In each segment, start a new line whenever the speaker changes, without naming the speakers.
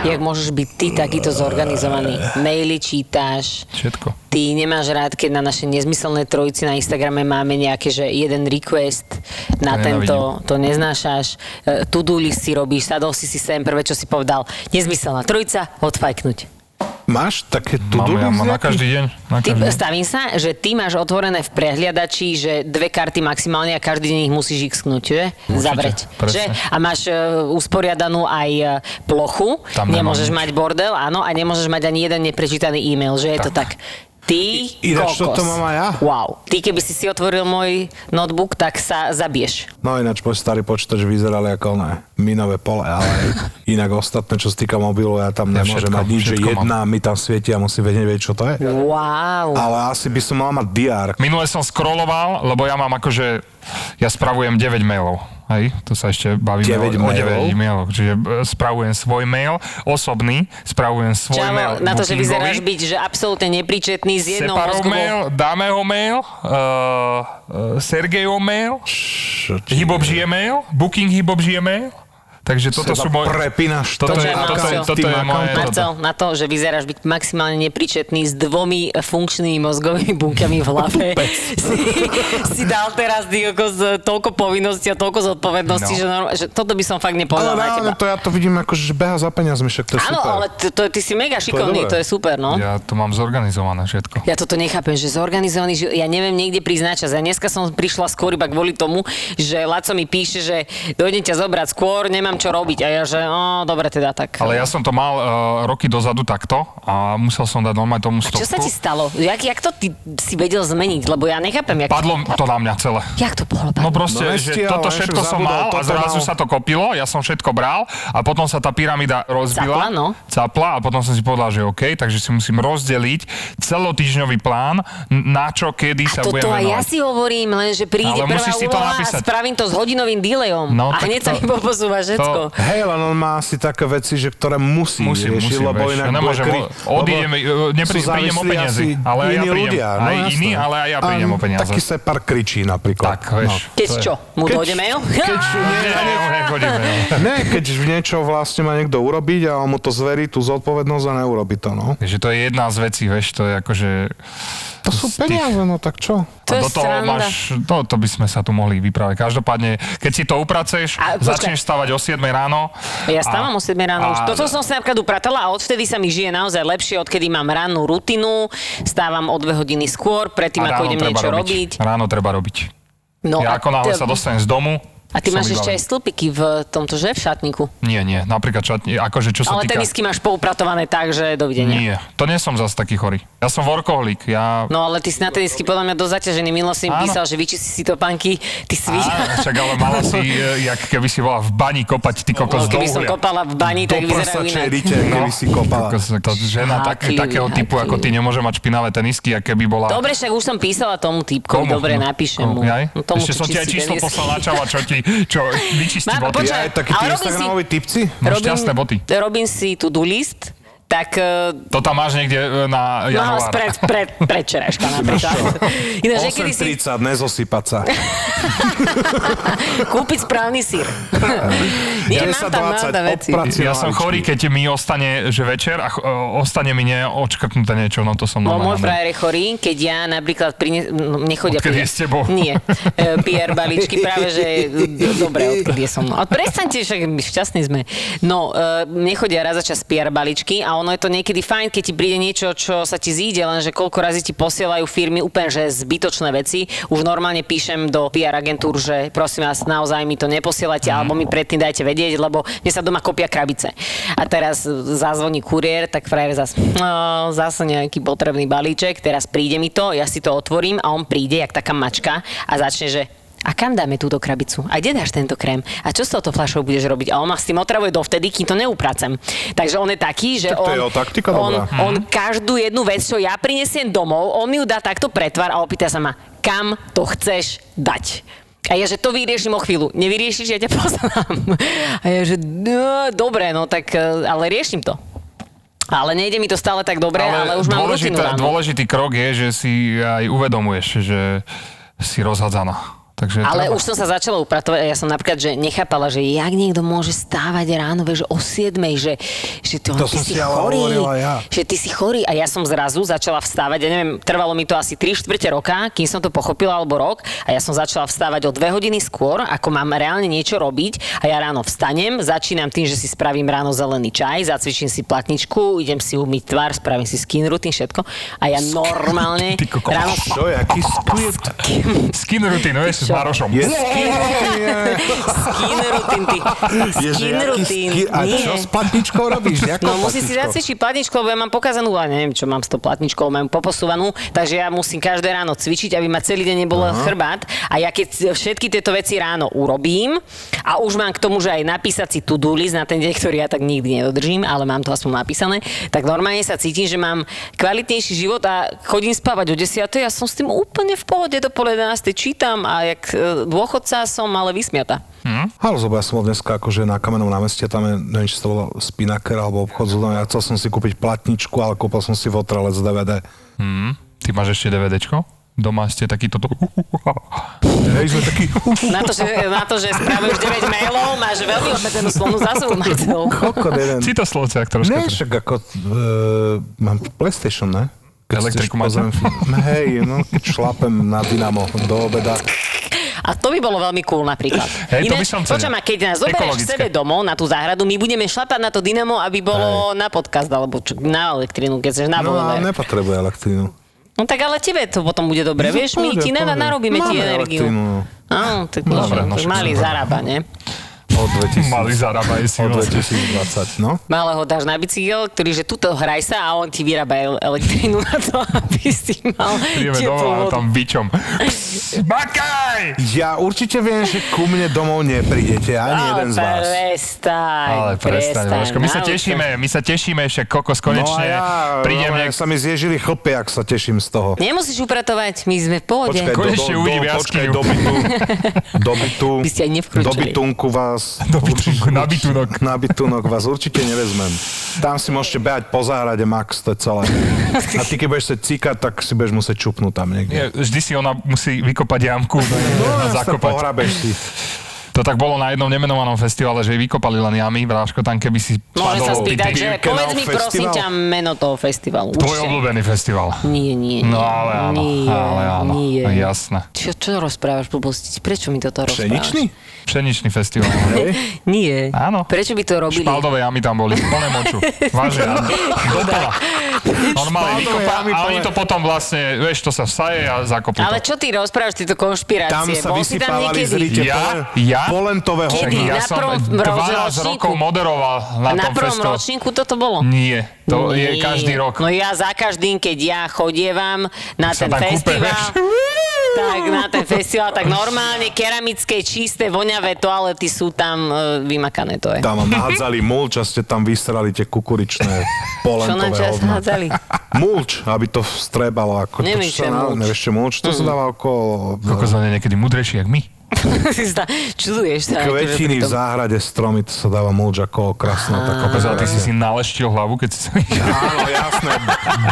Jak môžeš byť ty takýto zorganizovaný? Maily čítáš,
Všetko.
ty nemáš rád, keď na naše nezmyselné trojici na Instagrame máme nejaké, že jeden request na
To
tento, to neznášaš, e, to-do list si robíš, sadol si si sem, prvé, čo si povedal, nezmyselná trojica, odfajknúť.
Máš také to
Mám,
do
ja mám na každý deň. Na
Ty,
každý deň.
stavím sa, že ty máš otvorené v prehliadači, že dve karty maximálne a každý deň ich musíš xknúť, že?
Určite,
Zavrieť.
presne.
Že? A máš e, usporiadanú aj e, plochu,
Tam nemám
nemôžeš
nič.
mať bordel, áno, a nemôžeš mať ani jeden neprečítaný e-mail, že je to tak. Ty
I- ináč
kokos.
toto mám aj ja.
Wow. Ty, keby si si otvoril môj notebook, tak sa zabiješ.
No ináč môj starý počítač vyzeral ako ne, minové pole, ale inak ostatné, čo sa týka mobilu, ja tam
Ja
nemôžem
všetko-
mať nič, že
všetko mám.
jedna mi tam svieti a musím vedieť, vedieť, čo to je.
Wow.
Ale asi by som mal mať DR.
Minule som scrolloval, lebo ja mám akože, ja spravujem 9 mailov. Hej, tu sa ešte bavíme
9
o, o
mailov?
9 mailoch. Čiže e, spravujem svoj mail, osobný, spravujem svoj mail
Čavo, na to, že
Bookingovi,
vyzeráš byť, že absolútne nepríčetný z jednou
Separov mail,
mozgovou...
Dámeho mail, uh, Sergejov mail,
Čo, či-
Hibop žije mail, Booking Hibop žije mail. Takže toto
Seba
sú moje...
prepínaš
toto,
Počkaj,
je, toto, je,
Marcel.
toto je
Ty
moje...
Marcel.
toto.
Marcel, na to, že vyzeráš byť maximálne nepríčetný s dvomi funkčnými mozgovými bunkami v hlave, si, si dal teraz ty kokos, toľko povinností a toľko zodpovedností,
No.
že, norm, že toto by som fakt
Ale
nepovedal na
reálne
teba.
to ja to vidím ako, že beha za peniazmi, však to je
Áno,
super.
ale t- to, ty si mega šikovný,
dobré.
to je super, no.
Ja to mám zorganizované všetko.
Ja toto nechápem, že zorganizovaný život, ja neviem niekde prísť na čas. Ja dneska som prišla skôr iba kvôli tomu, že Laco mi píše, že dojdem ťa zobrať skôr, nemám čo robiť. A ja, že no, dobre teda, tak.
Ale ja som to mal uh, roky dozadu takto a musel som dať normálne tomu
Čo
stovku.
sa ti stalo? Jak, jak to ty si vedel zmeniť? Lebo ja nechápem, jak,
Padlo to na mňa celé.
jak to bolo. No,
No proste,
No
no,
ešte,
že toto
ale
všetko
však
som
zabudol,
mal a
toto
zrazu
mal.
sa to kopilo, ja som všetko bral a potom sa tá pyramída rozbila.
Capla, no.
Capla a potom som si povedal, že OK, takže si musím rozdeliť celotýždňový plán, n- na čo, kedy sa
toto
budem
aj ja
venovať.
si hovorím, len že príde
Ale
prvá
musíš si to
úloha a
napísať.
spravím to s hodinovým delayom.
No,
a
tak
hneď sa mi
to-
posúva všetko.
Hej, len on má asi také veci, že ktoré musí
Musím,
riešiť,
musím,
lebo
vieš,
inak
ja nemôžem,
bude kry,
odídem, e, neprí,
sú
prídem o
závislí
peniaze,
asi
ale aj ja
iní
prídem.
ľudia, no
Aj
jasné.
iní, ale aj ja prídem
A
o peniaze.
Taký separ kričí napríklad.
Tak, vieš.
Keď
to je-
čo? Mu
Keď-
dojde mail?
Keď nie,
Nie, nie, nechodíme, no.
No. Ne, keď v niečo vlastne má niekto urobiť a on mu to zverí tú zodpovednosť a neurobi to, no.
Takže to je jedna z vecí, vieš, to je akože...
To sú
z tých-
peniaze, no tak čo?
To je
do toho
sranda.
máš, no, to, to by sme sa tu mohli vyprávať. Každopádne, keď si to upraceš,
A
a,
počkaj.
začneš stavať o 7 ráno.
Ja stávam o 7 ráno už.
a-
Toto som si napríklad upratala a odvtedy sa mi žije naozaj lepšie, odkedy mám rannú rutinu, stávam o 2 hodiny skôr, predtým ako
a ráno
idem
treba
niečo robiť.
robiť. Ráno treba robiť.
No,
ja ako náhle sa dostanem z domu,
a ty
som
máš ešte aj
vybavený.
stĺpiky v tomto, že? V šatníku.
Nie, nie, napríklad čatni, akože čo sa
Ale
týka...
tenisky máš poupratované tak, že dovidenia.
Nie, to nie som zase taký chorý. Ja som workoholik, ja...
No ale ty si na tenisky podľa mňa dosť zaťažený. Milo si mi
Áno.
písal, že vyčistí si to panky, ty svi.
Á, však ale mala si, e, jak keby si bola v bani kopať, ty
No,
kokos do
keby som
uhlia.
kopala v bani, tak vyzerajú
prsačej
inak.
rite, keby si kopala.
Kokos, to žena tak,
Háklivý,
takého typu,
háklivý.
ako ty, nemôže mať špinavé tenisky, a keby bola...
Dobre, však už som písala tomu typkovi, dobre,
No,
napíšem mu.
komu? Jaj?
No, tomu,
Ešte
čo
som ti aj
čistí
číslo
tenisky.
poslal na čava, čo ti, čo vyčistí
Mám-
boty.
počkaj,
Ja, takí
ale
tí
robím
Instagramoví typci?
No, šťastné boty.
Robím si tu do list, tak eh,
To tam máš niekde e, na
no,
január.
pred, pred, predčerajška napríklad. Ináč, že kedy si
8.30, nezosypať sa.
kúpiť správny sír. Nie, mám tam
10.20
malé veci.
odprac-
Ja som chorý, keď mi ostane, že večer a ch- e, ostane mi neočkrtnuté niečo, no to som
No, môj
normálne.
frajer je chorý, keď ja napríklad prines... No, nechodia...
Odkedy
pier-
je s tebou?
Nie. E, PR balíčky práve, že d- dobre, odkedy je so mnou. A prestaňte, však my šťastní sme. No, e, nechodia raz za čas PR balíčky a ono je to niekedy fajn, keď ti príde niečo, čo sa ti zíde, lenže koľko razy ti posielajú firmy úplne, že zbytočné veci. Už normálne píšem do PR agentúr, že prosím vás, naozaj mi to neposielate, alebo mi predtým dajte vedieť, lebo mne sa doma kopia krabice. A teraz zazvoní kuriér, tak frajer zase, no, zase nejaký potrebný balíček, teraz príde mi to, ja si to otvorím a on príde, jak taká mačka a začne, že a kam dáme túto krabicu? A kde dáš tento krém? A čo s touto fľašou budeš robiť? A on ma s tým otravuje dovtedy, kým to neupracem. Takže on je taký, že
Tak to
on,
je jeho taktika
on,
dobrá.
on každú jednu vec, čo ja prinesiem domov, on mi ju dá takto pretvar a opýta sa ma, kam to chceš dať. A ja, že to vyriešim o chvíľu. Nevyriešiš, ja ťa poznám. A ja, že no, dobre, no tak, e, ale riešim to. Ale nejde mi to stále tak dobre, ale, ale už mám rutinu ráno.
dôležitá- dôležitý krok je, že si aj uvedomuješ, že si rozhadzaná. Takže
Ale
treba.
už som sa začala upratovať a ja som napríklad, že nechápala, že jak niekto môže stávať ráno, vieš, že o 7, že, že to,
To
ty
som
si
si ale
chorý,
hovorila ja.
že ty si chorý a ja som zrazu začala vstávať, ja neviem, trvalo mi to asi 3 štvrte roka, kým som to pochopila, alebo rok a ja som začala vstávať o 2 hodiny skôr, ako mám reálne niečo robiť a ja ráno vstanem, začínam tým, že si spravím ráno zelený čaj, zacvičím si platničku, idem si umyť tvár, spravím si skin routine, všetko a ja normálne
Ty kokos.
ráno...
Čo, jaký skvip?
Skin routine, vieš, s
Čo?
Marošom.
Je skvip.
Skin routine, ty. Skin routine.
A čo s platničkou robíš? Jakou
No musí si
platničkou?
zacvičiť platničku, lebo ja mám pokazanú, a neviem, čo mám s tou platničkou, mám poposúvanú, takže ja musím každé ráno cvičiť, aby ma celý deň nebol chrbát. A ja keď všetky tieto veci ráno urobím a už mám k tomu, že aj napísať si to-do list na ten deň, ktorý ja tak nikdy nedodržím, ale mám to aspoň napísané, tak normálne sa cítim, že mám kvalitnejší život a chodím spávať o 10. Ja som s tým úplne v pohode, do pol 11. čítam a jak e, dôchodca som ale vysmiata.
Ale zobo, ja som bol dneska akože na kamennom námestí, tam je, neviem, či to bolo Spinaker alebo obchod s ľuďmi. Ja chcel som si kúpiť platničku, ale kúpil som si votralec DVD.
Hm? Ty máš ešte DVDčko? Doma ste takýto... tu-
Hej, sme takí...
Na to, že, na to, že spravíš 9 mailov, máš veľmi obmedzenú slovnú zásobu, Marcel.
Kokot jeden.
Si to slovciak trošku.
Ne, však ako... Uh, mám PlayStation, ne?
Elektriku
chceš,
máte?
pozriem film. Hej, no, keď šlapem na dynamo do obeda.
A to by bolo veľmi cool napríklad.
Hej, to by som cenil.
počúvaj ma, keď nás zoberieš k
Ekologické.
sebe domov na tú záhradu, my budeme šlapať na to dynamo, aby bolo na podcast, alebo čo, na elektrínu, keď chceš na
No a
no,
nepotrebuje elektrínu.
no tak ale tebe to potom bude dobre, vieš, my
Pohode,
ti na,
pohode.
narobíme ti
Máme
energiu.
elektrínu, no.
Áno, tak
Dobre,
dobre,
no
no,
však
malý
super.
zarába, ne?
Od 2000.
Mali zarábajú si.
Od
vlastne.
2020, no.
Malého dáš na bicykel, ktorý, že tuto hraj sa a on ti vyrába el- elektrínu na to, aby si mal
Prídeme domov a
teplú vodu.
tam bičom. Makaj!
Ja určite viem, že ku mne domov neprídete, ani
Ale
jeden z vás.
Prestaň,
Ale prestaň, Vaško, my sa
naozaj.
tešíme, my sa tešíme, však kokos konečne prídem
no,
nejak...
sa mi zježili chlpy, ak sa teším z toho.
Nemusíš upratovať, my sme v pohode.
Počkaj, do, do,
Konečne
do,
uvidím
počkaj,
jaskyňu.
do bytu, do bytu,
By ste aj nevkročili.
do bytunku vás,
Do bytunku, na bytunok.
na bytunok vás určite nevezmem. Tam si môžete behať po záhrade, max, to je celé. A ty, keď budeš sa cíkať, tak si budeš musieť čupnúť tam niekde.
Nie, Vždy si ona musí vykopať jamku, no,
No, jasne,
zakopať.
pohrabeš si.
To tak bolo na jednom nemenovanom festivale, že jej vykopali len jamy, Bráško, tam keby si
Môžem sa
padol, ty,
spýtať,
ty,
že
Birkenau
povedz mi prosím
festival?
ťa meno toho festivalu.
tvoj
Určite.
obľúbený festival.
Nie, nie, nie.
No ale áno,
nie,
ale áno, No,
Nie.
jasné.
Čo, čo rozprávaš, blbosti? Prečo mi toto rozprávaš?
Pšeničný?
Pšeničný festival.
Nie.
Áno.
Prečo by to robili?
Špaldové jamy tam boli, plné moču. Vážne, dopola. Normálne vykopa
jamy
a
plné.
oni to potom vlastne, vieš, to sa vsaje a zakopú
Ale
to.
čo ty rozprávaš, tieto konšpirácie?
Tam sa
Bol si tam
vysypávali z
niekedy?
rite
Ja?
polen-
Ja?
polentové
Kedy?
hovna.
ja
na
som
prvom
12
ročníku?
rokov moderoval na,
Na
tom
prvom
festivale.
ročníku toto bolo?
Nie, to
Nie.
je každý rok.
No ja za každým, keď ja chodievam na
sa
ten
tam
festival,
kúpeš.
tak na ten festival, tak normálne keramické, čisté, voňavé toalety sú tam e, vymakané, to je.
Tam vám nahádzali mulč a ste tam vysrali tie
Čo
kukuričné
nám
polentové
čas
hovna.
hádzali?
Mulč, aby to vstrebalo. Ako
Neviem,
to,
čo je
sa dá-
mulč. Mm.
Nevieš, čo je mulč? To sa dáva okolo
Koľko sme niekedy múdrejší, jak my.
Zda- Čuduješ sa. akože pri
kvetiny
tom.
v záhrade, stromy, to sa dáva mulč ako krásno. Tak
Koľko za ty si si naleštil hlavu, keď si sa...
Áno, jasné.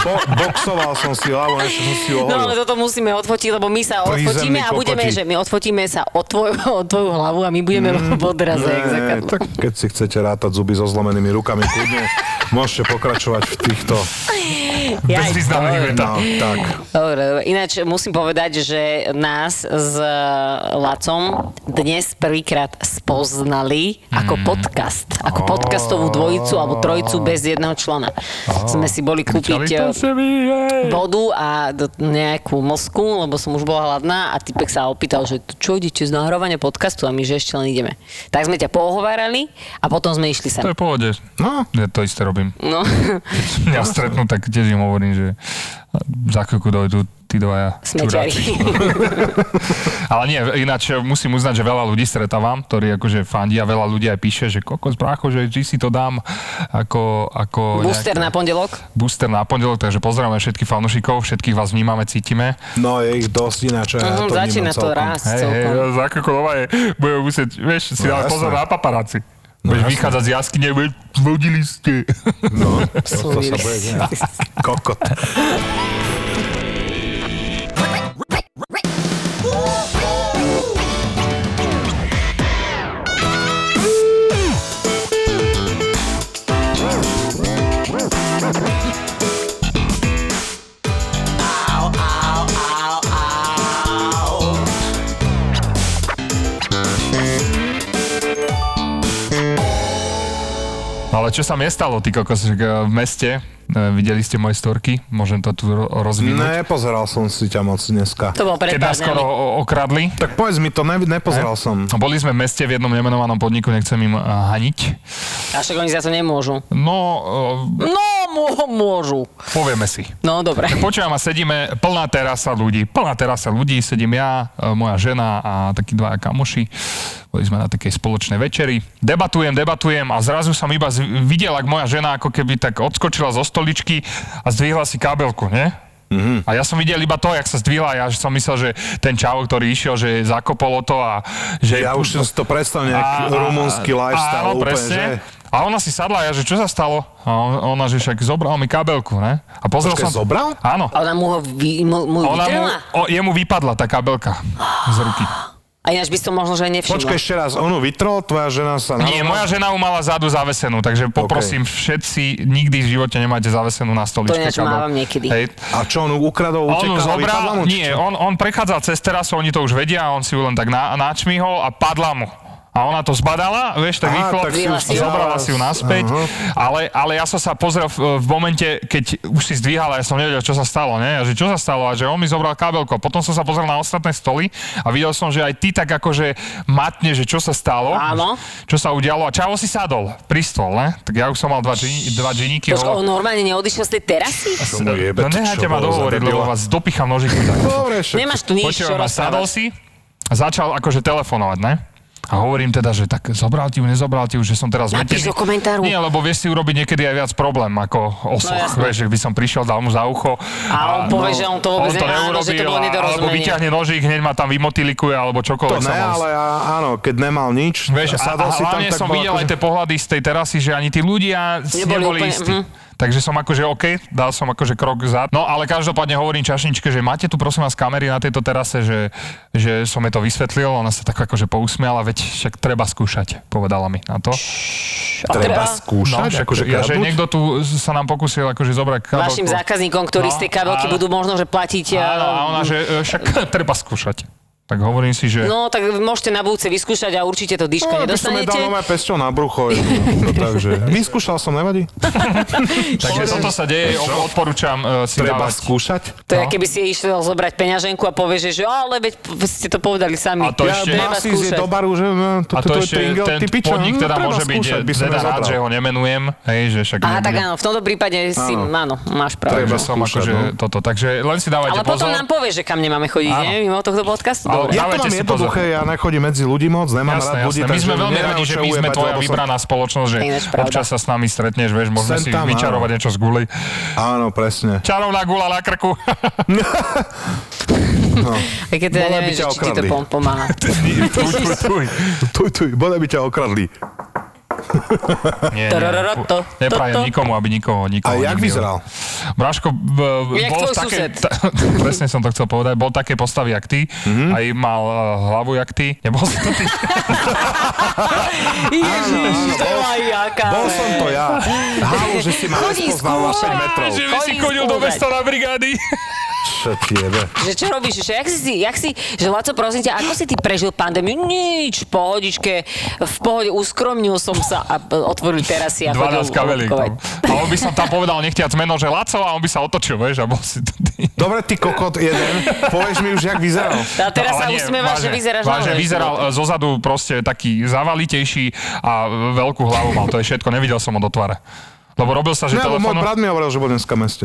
Bo- boxoval som si hlavu, ešte som si
No
ju
ale
oholil.
toto musíme odfotiť, lebo my sa
Prízemný
odfotíme a
kokoti.
budeme, že my odfotíme sa o tvoju, o tvoju hlavu a my budeme v odraze, jak
Mm. Ne,
zrkadlo.
tak keď si chcete rátať zuby so zlomenými rukami, kľudne môžete pokračovať v týchto...
Ja aj
Bezvýznamných
to-
vetách.
No, tak.
Dobre, dobre. Ináč musím povedať, že nás s e, Lacom dnes prvýkrát spoznali ako
Mm.
podcast. Ako podcastovú dvojicu alebo trojicu bez jedného člena. Sme si boli kúpiť
Čali to
e,
se mi, hej.
vodu a do- nejakú mozku, lebo som už bola hladná a typek sa opýtal, že čo idete z nahrávania podcastu a my že ešte len ideme. Tak sme ťa pohovárali a potom sme išli sem.
To je v pohode.
No,
Ja to isté robím.
No.
Mňa stretnú, tak tiež im hovorím, že za chvíľku dojdú tí dvaja
Smeťari.
čuráci. Ale nie, ináč musím uznať, že veľa ľudí stretávam, ktorí akože fandia, veľa ľudí aj píše, že kokos brácho, že či si to dám ako... ako
Booster na pondelok.
booster na pondelok, takže pozdravujeme všetkých fanúšikov, všetkých vás vnímame, cítime.
No je ich dosť ináč. ja
Mhm,
to vnímam
začína to
celkom.
rásť
Hej, hej,
celkom.
za kokolová je, budeme musieť, vieš, si
No
dávať
jasné.
pozor na paparáci.
No
Budeš
jasné.
vychádzať z jaskyne, budeš, vodili ste.
No, to, to sa bude dňa. Kokot.
No ale čo sa mne stalo, ty kokos, že, e, v meste, e, videli ste moje storky, môžem to tu ro- rozvinúť.
Nepozeral som si ťa moc dneska.
To bol pred
Keď
pár
nás skoro
dňami.
o- okradli, No,
Tak povedz mi to, ne, nepozeral som.
boli sme v meste v jednom nemenovanom podniku, nechcem im e, haniť.
A však oni za to nemôžu.
No, e,
No, mô, môžu.
povieme si.
No, dobre.
Tak počúvam a sedíme, plná terasa ľudí, plná terasa ľudí, sedím ja, e, moja žena a takí dva kamoši. Boli sme na takej spoločnej večeri. Debatujem, debatujem a zrazu som iba z- videl, ak moja žena ako keby tak odskočila zo stoličky a zdvihla si kábelku, nie? Mm-hmm.
Mhm.
A ja som videl iba to, jak sa zdvihla, ja som myslel, že ten čavo, ktorý išiel, že zakopolo to a že...
Ja už som si to predstavil, nejaký
A- a-
rumunský lifestyle
áno,
úplne,
presne.
že?
A ona si sadla, ja, že čo sa stalo? A on- ona, že však zobral mi kabelku, ne? A pozrel
Počkaj,
som...
zobral?
Áno.
A ona mu ho vy, mu, mu
Ona mu,
vytrhla?
o, jemu vypadla tá kabelka z ruky.
A ináč by som možno, že aj nevšimla.
Počkaj ešte raz, onu vytrol, tvoja žena sa...
Nie,
narovnala?
moja žena ju mala zádu zavesenú, takže poprosím všetci, nikdy v živote nemáte zavesenú na stoličke
To ináč
kabel.
mávam niekedy.
Hej.
A čo, on ju ukradol,
On ju
utekal, vypadla
zobral,
mu? či
nie,
čo?
on, on prechádzal cez terasu, oni to už vedia, on si ju len tak na, načmihol a padla mu. A ona to zbadala, vieš, tak
Á,
rýchlo,
tak si
ju
a zobrala
zdvihala.
si ju naspäť,
Aha.
ale, ale ja som sa pozrel v, v momente, keď už si zdvíhala, ja som nevedel, čo sa stalo, ne? A že čo sa stalo a že on mi zobral kábelko. Potom som sa pozrel na ostatné stoly a videl som, že aj ty tak akože matne, že čo sa stalo,
Áno.
čo sa udialo a čavo si sadol pri stôl, ne? Tak ja už som mal dva, džini, dva džiniky.
Počkaj,
holo-
on normálne neodišiel z tej terasy?
Čo mu jebe,
no
ty,
nehajte
čo
ma
bolo za
dohovoriť, lebo
debila?
vás dopicham nožiku. Tak.
Dobre, však.
Nemáš tu nič, čo
Počúvam, a sadol
rozprávať.
si a začal akože telefonovať, ne? A hovorím teda, že tak zobral ti ju, nezobral ti ju, že som teraz
Napíš do komentáru. No
Nie, lebo vieš si urobiť niekedy aj viac problém ako osoch.
jasné.
vieš, že by som prišiel, dal mu za ucho. no,
A on povie, že on to vôbec
on to
ne- áno, že to
neurobil,
bolo
alebo
nedorozumenie.
vyťahne nožík, hneď ma tam vymotilikuje, alebo
To
čokoľvek.
ne,
samozrejme.
ale á, áno, keď nemal nič,
Vieš, a, a
sadol si tam,
hlavne
tak
som
bol
videl aj
akože-
tie pohľady z tej terasy, že ani tí ľudia si
Neboli
neboli,
úplne,
istí.
mhm.
Takže som akože OK, dal som akože krok za. No ale každopádne hovorím čašničke, že máte tu prosím vás kamery na tejto terase, že, že som jej to vysvetlil, ona sa tak akože pousmiala, veď však treba skúšať, povedala mi na to.
A
No,
Treba
treba-
skúšať, akože
ja, že
kradnúť?
niekto tu sa nám pokusil akože zobrať kabelku.
Vašim zákazníkom, ktorí
No,
z tej kabelky
áno.
budú možno, že platiť...
Áno, a ona, že e, však treba skúšať. Tak hovorím si, že...
No, tak môžete na budúce vyskúšať a určite to diško
No, ja by som jej dal
nedostanete.
nové pesťou na brucho. jednu. No, takže, vyskúšal som, nevadí?
takže toto sa deje, odporúčam e, si
Treba
dávať.
skúšať.
To
no.
je, keby si jej išiel zobrať peňaženku a povieš, že ale veď p- ste to povedali sami.
A to
Ja
ešte-
mám
treba
si ísť
skúšať.
do baru, že no, to,
A
to,
to,
to, je
ešte
tringel,
ten
ty piča.
podnik
no,
teda
treba
môže byť
skúšať, by som
teda
ju
rád,
zobral.
že ho nemenujem, hej, že však
Aha, tak
nebudem-
áno, v tomto prípade si, áno, máš pravdu.
Takže
Treba
som
skúšať,
akože
no.
toto, takže len si dávajte
Ale potom
pozor.
nám povieš, že kam nemáme chodiť,
Áno.
nie? Mimo tohto podcastu?
Ale-
Dobre.
Ja
Dávajte
to mám
si
jednoduché, ja nechodím medzi ľudí moc, nemám
Jasné,
rád ľudí.
jasné. My sme veľmi radi, že my sme tvoja vybraná spoločnosť, že
Ináč pravda.
občas sa s nami stretneš, vieš, môžeme
Sem
si
tam, áno.
vyčarovať niečo z guly.
Áno, presne.
Čarovná gula na krku.
Aj keď teda
Bolo by
neviem,
ťa
že či ti to
okradli.
pom- pomáha.
Tuj, tuj, tuj.
Tuj, tuj, bodaj by ťa okradli.
Nie,
Torororo,
nie.
to, to,
Neprajem
to.
nikomu, aby nikoho, nikoho.
A jak
nikdy-
vyzeral?
Braško b- b-
Jak
bol
tvoj
v takej,
sused.
ta, presne som to chcel povedať, bol také postavy jak ty,
Mhm.
mm-hmm. aj mal uh, hlavu jak ty, nebol si to ty.
Ježiš, to aj jaká.
Bol som to ja. Hálo, že si ma
Chodí
nespoznal na
skúšať.
5 metrov.
že by si
Chodím
chodil do
skúšať.
mesta na brigády.
Čo ti jebe?
Že čo robíš? Že jak si, jak si, že Laco, prosím ťa, ako si ty prežil pandémiu? Nič, v pohodičke, v pohode, uskromnil som sa a p- otvoril terasy a chodil
12 kabelík.
lúbkovať.
tam. A on by som tam povedal nechtiac meno, že Laco a on by sa otočil, vieš, a bol si to ty.
Dobre, ty kokot jeden, povieš mi už, jak vyzeral.
A teraz
No,
sa
ale nie,
usmievaš, že
vážne,
vyzeráš
Vážne,
dobre.
vyzeral e, zozadu proste taký zavalitejší a veľkú hlavu mal, to je všetko, nevidel som ho do tváre. Lebo robil sa, že
Ne, lebo môj
telefonu...
brat mi hovoril, že bol dneska v meste.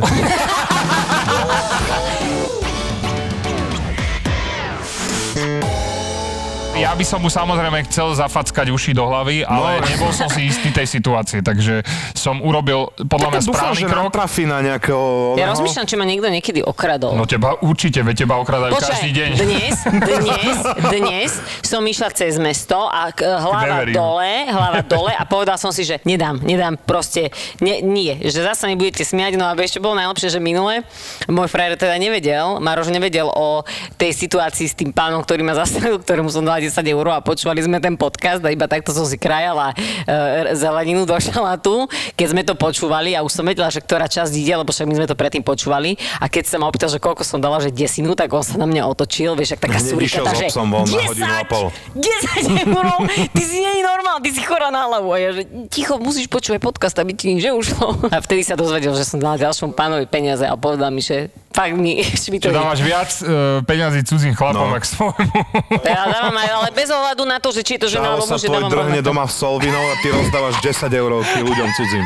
ja by som mu samozrejme chcel zafackať uši do hlavy, ale
No.
nebol som si istý tej situácie, takže som urobil podľa mňa
Dúfam,
správny
že
krok.
natrafí na
eh,
nejakého...
Ja
oného.
rozmýšľam, či ma niekto niekedy okradol.
No teba určite, veď teba okradajú No, každý deň.
dnes, dnes, dnes som išla cez mesto a k- eh, hlava
Beverinu.
dole, hlava dole a povedal som si, že nedám, nedám, proste ne, nie, že zase mi budete smiať, no a vieš, čo bolo najlepšie, že minule môj frajer teda nevedel, Maroš nevedel o tej situácii s tým pánom, ktorý ma zastavil, ktorému som dala 10 eur a počúvali sme ten podcast a iba takto som si krajala e, zeleninu do šalátu, keď sme to počúvali a už som vedela, že ktorá časť ide, lebo však my sme to predtým počúvali a keď sa ma opýtal, že koľko som dala, že desinu, tak on sa na mňa otočil, vieš, ak taká
Hneď
surikata,
išiel s
že
obsom von na
10,
hodinu a pol.
10 eur, ty si nie je normál, ty si chorá na hlavu. A ja, že ticho, musíš počúvať podcast, aby ti nič neušlo. A vtedy sa dozvedel, že som dala ďalšom pánovi peniaze a povedal mi, že fakt mi
Že
švituje.
dávaš viac e, peňazí cudzím chlapom,
No.
no. ak svojmu.
Teda dávam aj, ale bez ohľadu na to, že či je to žena
Čavo
alebo
sa
muž, že
tvoj
dávam
drhne
rovnako.
doma v solvinou a ty rozdávaš 10 eurovky ľuďom cudzím.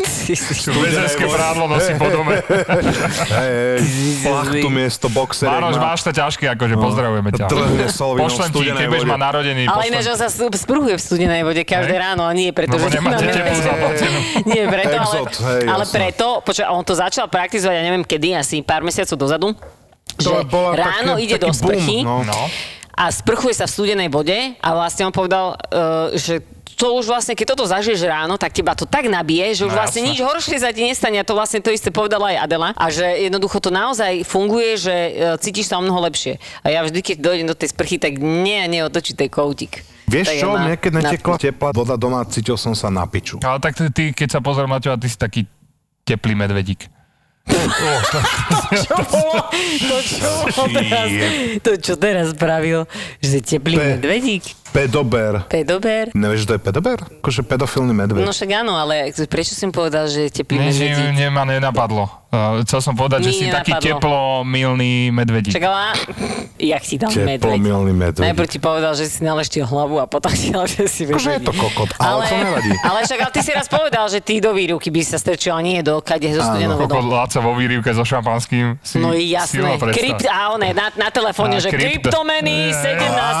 Väzenské prádlo nosí po dome.
Hej, hej, plachtu miesto boxerek.
Vároš,
má.
máš to ťažké, akože pozdravujeme ťa.
Drhne solvinou v
Pošlem ti,
studenej
keď budeš
vode.
ma narodený.
Ale
pošlem
ináč
ti.
on sa s- sprchuje v studenej vode každé
Hej.
ráno a nie
No,
preto,
Lebo
že...
nemáte teplú zaplatenú.
Nie preto, ale,
Exot, hej,
ale
jasné.
preto, počkaj, on to začal praktizovať, ja neviem kedy, asi pár mesiacov dozadu, že
To bola
ráno
také-
ide do
taký boom,
sprchy
no.
No.
a sprchuje sa v studenej vode a vlastne on povedal, eh, že to už vlastne, keď toto zažiješ ráno, tak teba to tak nabije, že už
No,
vlastne
jasné.
nič horšie sa ti nestane. A to vlastne to isté povedala aj Adela. A že jednoducho to naozaj funguje, že eh, cítiš sa o mnoho lepšie. A ja vždy, keď dojdem do tej sprchy, tak nie, neotočí tej koutík.
Vieš
Tak
čo,
ja ma-
mne keď
na-
netekla teplá voda doma, cítil som sa na piču.
Ale tak ty, keď sa pozriem na teba, ty si taký teplý medvedík.
Čo bolo? To čo bolo teraz? To čo teraz spravil? Že teplý
Pe-
medvedík?
Pedober.
Pedober?
Nevieš, kto je pedober? Akože pedofilný medveď.
No však áno, ale prečo si mu povedal, že je teplý
Nič
medvedík?
ne, ma nenapadlo. Uh, chcel som povedať, že
Mne
si taký
nenapadlo.
teplomilný medvedík.
Čakala, jak si dal medveď.
Teplomilný medveď.
Najprv ti povedal, že si naleštil hlavu a potom ti dal, že si
Akože je
medvedík.
to kokot, ale to nevadí.
ale však, ale ty si raz povedal, že ty do výruky by si sa strčil, a nie do kade so
Áno.
studenou
Kokot
vodou.
Láca vo výrivke so šampanským. Si
No
silná
jasné,
predstava.
krypt, a one, na, na telefóne,
A
že
krypto.
kryptomeny,
Áno,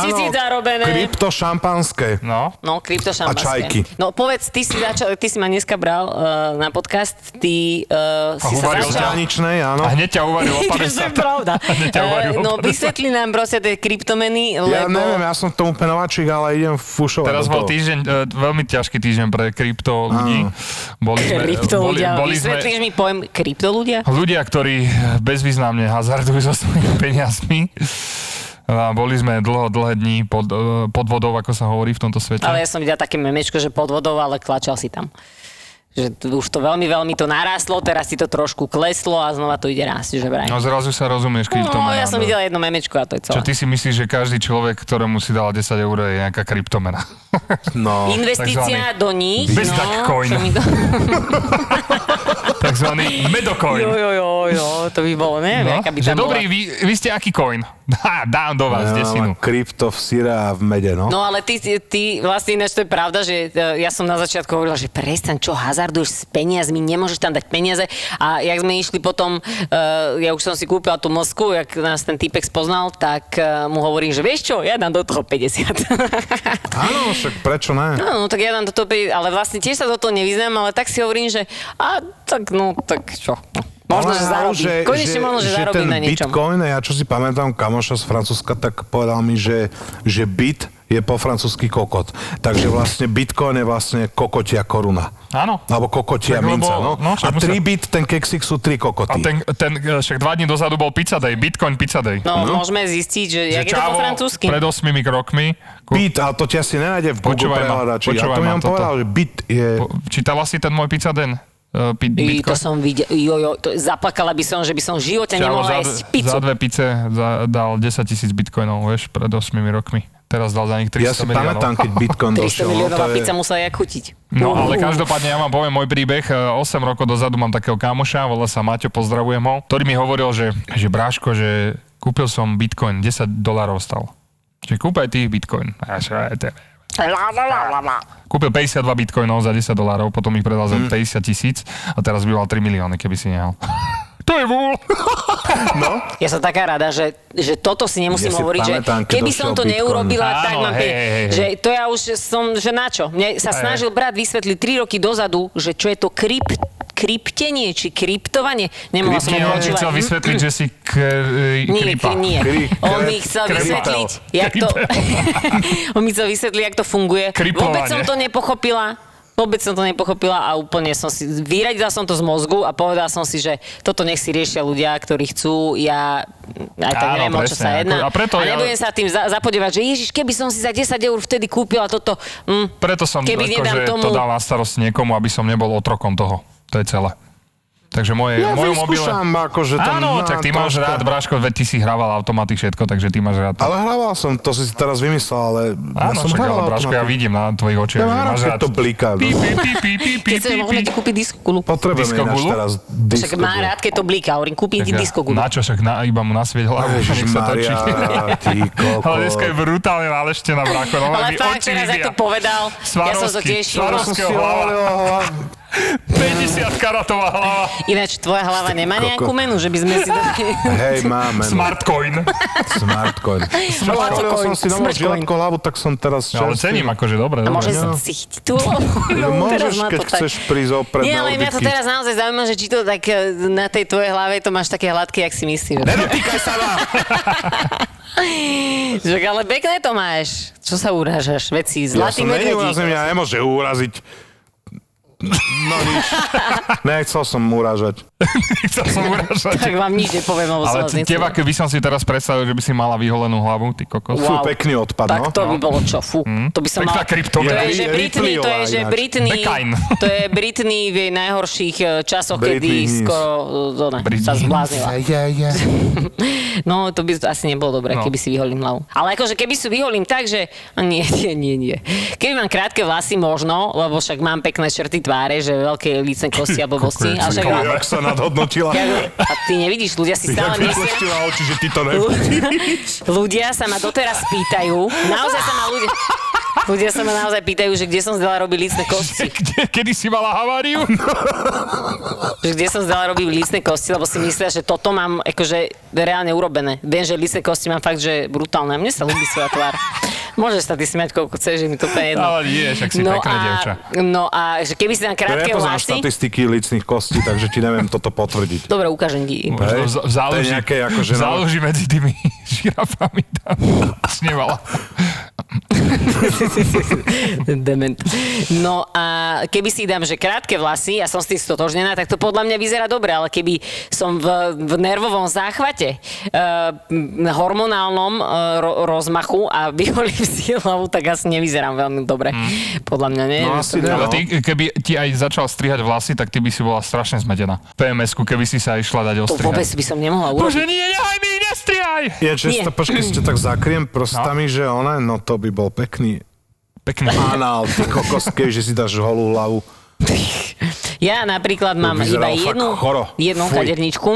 17 tisíc zarobené.
Krypto šampanské.
No.
No, kryptošampanské.
A čajky.
No povedz, ty si, začal, ty si ma dneska bral uh, na podcast, ty uh, si sa
hovoril
začal...
Zahraničné, áno.
A hneď ťa uvaril o
to
50.
je pravda.
Hneď ťa uvaril
Eh,
o
no
50.
vysvetli nám prosím tie kryptomeny, lebo...
Ja neviem, ja som v tom úplne nováčik, ale idem fušovať
Teraz
do
bol
toho.
týždeň, e, veľmi ťažký týždeň pre krypto ľudí. Boli sme,
Krypto
boli,
ľudia.
boli sme
Vysvetlíš mi pojem krypto ľudia?
ľudia, ktorí bezvýznamne hazardujú so svojimi peniazmi. A boli sme dlho, dlhé dní pod, e, pod vodou, ako sa hovorí v tomto svete.
Ale ja som videl také memečko, že pod vodou, ale klačal si tam. Že t- už to veľmi, veľmi to narastlo, teraz si to trošku kleslo a znova to ide rásť, že vraj.
No zrazu sa rozumieš
No,
kryptomena.
ja som videl jedno memečko a to je celé.
Čo ty si myslíš, že každý človek, ktorému si dala 10 eur, je nejaká kryptomena?
No.
Investícia do nich.
Bez
no,
tak coin.
čo mi to...
Takzvaný
Jo,
medocoin.
jo, jo, jo, to by bolo, neviem,
No,
aká by
že
tam
dobrý,
bola.
vy, vy ste aký coin? Dá, dám do vás
Ja mám
desinu.
Krypto v síre a v mede, no.
No ale ty, ty- ty vlastne ináč to je pravda, že e, ja som na začiatku hovorila, že prestaň, čo hazarduješ s peniazmi, nemôžeš tam dať peniaze. A jak sme išli potom, e, ja už som si kúpila tú mozku, jak nás ten týpek spoznal, tak e, mu hovorím, že vieš čo, ja dám do toho 50.
Áno, však prečo ne?
No, no tak ja dám do toho 50, ale vlastne tiež sa do toho nevyznám, ale tak si hovorím, že a tak no, tak čo. no. Možno,
Ale
že
ale
zarobí. Konečne možno, že, zarobí
ten
na niečom.
Bitcoin, ja čo si pamätám, kamoša z Francúzska, tak povedal mi, že, že bit je po francúzsky kokot. Takže vlastne Bitcoin je vlastne kokotia koruna.
Áno.
Alebo kokotia
Tak lebo-
minca, no.
no,
a
však musia-
3 bit, ten keksik sú 3
A
kokoty.
ten, ten, e, však dva dní dozadu bol pizza day, bitcoin pizza day.
No, môžeme zistiť, že,
Že
jak je to po
čavo
francúzsky.
pred 8 rokmi, ku,
Bit, ale to ťa si nenájde v Google
Počúvaj ma,
prehľadači. A
počúvaj
to mi
ma
on
toto.
povedal, že bit je...
po, čítala si ten môj pizza den? Uh, pi,
I, to
bitcoin?
som videl, jo, jo, to, zaplakala by som, že by som v živote
Čavo
nemohla
za,
jesť
dve-
pizzu.
za dve pice za, dal 10 tisíc bitcoinov, vieš, pred 8 rokmi. Teraz dal za nich 300
Ja si
miliónov.
pamätám, keď Bitcoin
300
došiel. no, to
miliónová
je-
pizza musela ja chutiť.
No ale každopádne ja vám poviem môj príbeh. E, 8 rokov dozadu mám takého kamoša, volá sa Maťo, pozdravujem ho, ktorý mi hovoril, že, že bráško, že kúpil som bitcoin, 10 dolárov stal. Že kúpaj ty bitcoin. A ja, že, aj to je- Kúpil 52
Mm.
bitcoinov za 10 dolárov, potom ich predal za 50 tisíc a teraz by mal 3 milióny, keby si nehal. To je vôľ.
Ja som taká rada, že, že toto si nemusím
Ja si
hovoriť, že
pamätám, keď
keby
došiel
som to
Bitcoin.
neurobila,
Áno,
tak mám
hej,
peniaze.
hej, hej.
Že to ja už som, že na čo? Mne sa
Hej.
snažil brat vysvetliť 3 roky dozadu, že čo je to kryp, kryptenie či kryptovanie. Nemohla som Hm?
Nie, on ti chcel
počúvať.
vysvetliť, že si kr-
Nie,
kripa.
kri- nie.
Kri-
On
kre-
mi chcel
krepel.
vysvetliť, jak to... On mi chcel vysvetliť, jak to funguje.
Kripovanie.
Vôbec som to nepochopila. Vôbec som to nepochopila a úplne som si... Vyradila som to z mozgu a povedala som si, že toto nech si riešia ľudia, ktorí chcú. Ja aj tak
Áno,
neviem, o čo
presne,
sa jedná.
ako- a preto ja-
nebudem sa tým za- zapodievať, že Ježiš, keby som si za 10 eur vtedy kúpila toto... Mm,
Preto som
keby
ako,
nedám
že
tomu...
to dal na starosti niekomu, aby som nebol otrokom toho. To je celé. Takže moje,
Ja
moje mobile...
vyskúšam, akože tam...
Áno,
na
tak ty máš
troška.
rád, Braško, veď ty si hrával automaty všetko, takže ty máš rád.
Ale hrával som, to si teraz vymyslel, ale... ja
Áno,
som
však, ale
hrával
Braško, ja
automaty.
vidím na tvojich očiach,
Ja
že
mám rád,
máš
keď
rád.
to bliká.
Pi,
no.
pi, pi, pi, pi, pi,
Keď chceš,
pi,
môžeme
pi.
ti kúpiť diskogulu.
Potrebujeme ináč
Diskogulu?
teraz
Však
diskogulu.
má rád, keď to blíka, hovorím, kúpim ti
Tak ja-
diskogulu.
Na čo však, na, iba mu nasvieť hlavu,
Ježiš
nech sa točí.
Maria, ty kokos.
Ale dneska je brutálne náleštená Braško, no
Ale
mi
fakt,
oči
teraz aj
vybia.
to povedal, ja som sa
Svarovský.
tešila.
Som si
Ruského hlava.
hovoril, hlava.
50 karatová hlava,
Ináč tvoja hlava nemá
Koko.
nejakú menu, že by sme si dali...
Hej, máme.
smartcoin.
Smartcoin. Hovoril som si novú
Smartcoin.
žiletko hlavu, tak som teraz
Ale cením, akože dobre.
A môže
dobre.
som
No.
cítiť tú
No,
lovu.
Môžeš, keď chceš prísť opred
Nie, ale
na
mňa to
oddychy.
teraz naozaj zaujíma, že či to tak e, na tej tvojej hlave to máš také hladké, jak si myslíš.
Nedotýkaj sa ma!
Že, ale pekné to máš. Čo sa urážaš? Veci,
Ja
zlatý
som není urazím,
medvedík.
ja nemôže uraziť. No nič. Nechcel som uražať.
Chcel som uražať.
Tak vám nič nepoviem, lebo
Ale
som vás
ty, teba,
necítim.
keby som si teraz predstavil, že by si mala vyholenú hlavu, ty kokos.
Fú, pekný odpad,
tak
no. Mm.
to by bolo čo, fú. To by som
Pekná
mal...
kryptomena.
To je, že
Ri-
Britney, to je,
Ripleyová
že
ináč.
Britney,
Bekain.
to je Britney v jej najhorších e, časoch,
Britney
kedy
Hnis.
skoro uh, ona, sa
Britney.
zbláznila.
Ja, ja.
No, to by asi nebolo dobré,
No.
no. keby si vyholím hlavu. Ale akože keby si vyholím tak, že... a Nie, nie, nie, nie. Keby mám krátke vlasy, možno, lebo však mám pekné črty tváre, že veľké lícne kosti a blbosti. A však
Ko-
mám...
Jak sa nadhodnotila.
A ty nevidíš, ľudia si
Jak
stále myslia...
vyklostila oči, že ty to nevidíš.
Ľudia sa ma doteraz pýtajú. Naozaj sa ma ľudia... Ľudia sa ma naozaj pýtajú, že kde som zdala robiť lícne kosti.
Kde, kedy si mala haváriu?
Že kde som zdala robiť lícne kosti, lebo si myslia, že toto mám akože reálne urobené. Viem, že lícne kosti mám fakt, že brutálne. Mne sa ľúbi svoja tvár. Môžeš sa ty smiať, koľko chceš, že mi to úplne jedno.
No, Ale nie, však si pekná
a,
dievča.
No a že keby si tam
Ja
krátke
nepoznám
vlasy...
štatistiky lícnych kostí, takže ti neviem toto potvrdiť.
Dobre, ukážem ti.
Možno v- v záloži,
To je nejaké akože
v
na-
záloži medzi tými žirafami tam snevala.
Dement. No a keby si dám, že krátke vlasy, ja som s tým stotožnená, tak to podľa mňa vyzerá dobre, ale keby som v, v nervovom záchvate, uh, hormonálnom uh, ro, rozmachu a vyholím si hlavu, tak asi nevyzerám veľmi dobre. Podľa mňa nie.
No asi
To-
ne,
Ale
no.
ty, keby ti aj začal strihať vlasy, tak ty by si bola strašne zmetená. PMS-ku, keby si sa išla
To
dať ostrihať.
vôbec by som nemohla urobiť.
Bože, nie, nehaj mi, nestrihaj!
Je čisto,
Nie.
počkej, si to tak zakriem prstami, že ona, no to by bol pekný
Pekné.
anál, ty kokos, keďže si dáš holú hlavu.
Ja napríklad mám iba
vyzeralo fakt
jednu,
choro.
jednu
Fuj.
kaderničku,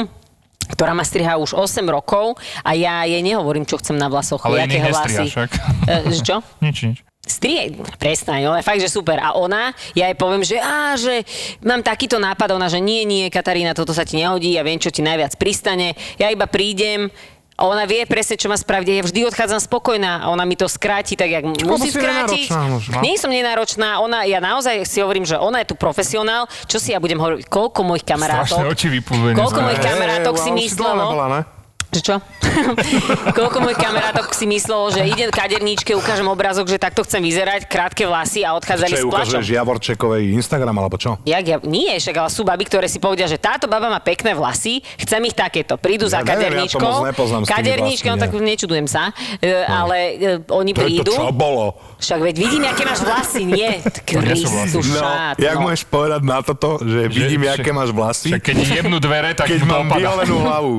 ktorá ma strihá už 8 rokov a ja jej nehovorím, čo chcem na vlasoch,
Ale
aké
iných nestriha
vlasy.
však.
E, že čo?
Nič, nič.
Strie, prestaň, ona no, je fakt, že super. A ona, ja jej poviem, že á, že mám takýto nápad, ona, že nie, nie, Katarína, toto sa ti nehodí, ja viem, čo ti najviac pristane, ja iba prídem, a ona vie presne, čo má spraviť. Ja vždy odchádzam spokojná a ona mi to skráti, tak jak musí
si
skrátiť.
nenáročná, no, že-
Nie som nenáročná, ona, ja naozaj si hovorím, že ona je tu profesionál, čo si ja budem hovoriť, koľko mojich
Strašné
kamarátov,
oči vyplúvenie.
Koľko
sme.
mojich kamarátok si myslelo, že čo? Koľko mojich kamarátok si myslelo, že idem k kaderníčke, ukážem obrázok, že takto chcem vyzerať, krátke vlasy a odchádzali
Čo
s
jej
plačom.
ukážeš Javorčekovej Instagram, alebo čo?
Jak ja, nie, však ale sú baby, ktoré si povedia, že táto baba má pekné vlasy, chcem ich takéto. Prídu za
Ja neviem, ja to
kaderníčkou.
moc nepoznám s tými
kaderníčka, no
vlasmi, No.
tak nečudujem sa, e, ale e, oni
To je to,
prídu.
čo bolo.
Však veď vidím, aké máš vlasy, nie? Kristu
No,
šát.
jak môžeš povedať na toto, že vidím,
však-
aké máš vlasy,
Však keď jebnú dvere, tak
keď
im to
mám
opadá.
violenú hlavu.